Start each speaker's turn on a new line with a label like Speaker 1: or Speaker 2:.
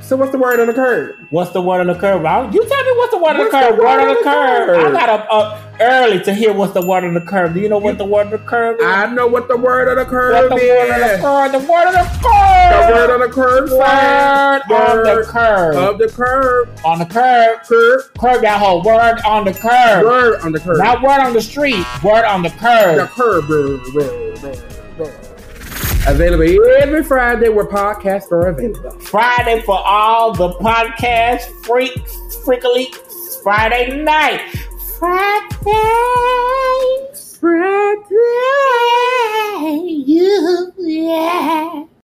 Speaker 1: So what's the word on the curb?
Speaker 2: What's the word on the curb? I- You tell me what's the word on the
Speaker 1: What's
Speaker 2: curb.
Speaker 1: the
Speaker 2: Word on the curb. I got up, up early to hear what's the word on the curb. Do you know what the word on the curb is?
Speaker 1: I know what the word on the
Speaker 2: what
Speaker 1: curb
Speaker 2: the
Speaker 1: is.
Speaker 2: word on the curb? The word on the
Speaker 1: The
Speaker 2: curb.
Speaker 1: word on the curb.
Speaker 2: Word
Speaker 1: sign.
Speaker 2: on the
Speaker 1: Word
Speaker 2: curb.
Speaker 1: of the curb.
Speaker 2: on the curb.
Speaker 1: Curb.
Speaker 2: Curb that whole word on the curb.
Speaker 1: Word on the curb.
Speaker 2: Not word on the street. Word on the
Speaker 1: the
Speaker 2: curb.
Speaker 1: curb. Brr, brr, brr, brr. Available every Friday where podcasts are available.
Speaker 2: Friday for all the podcast freaks, freakily. Friday night. Friday. Friday. You, yeah.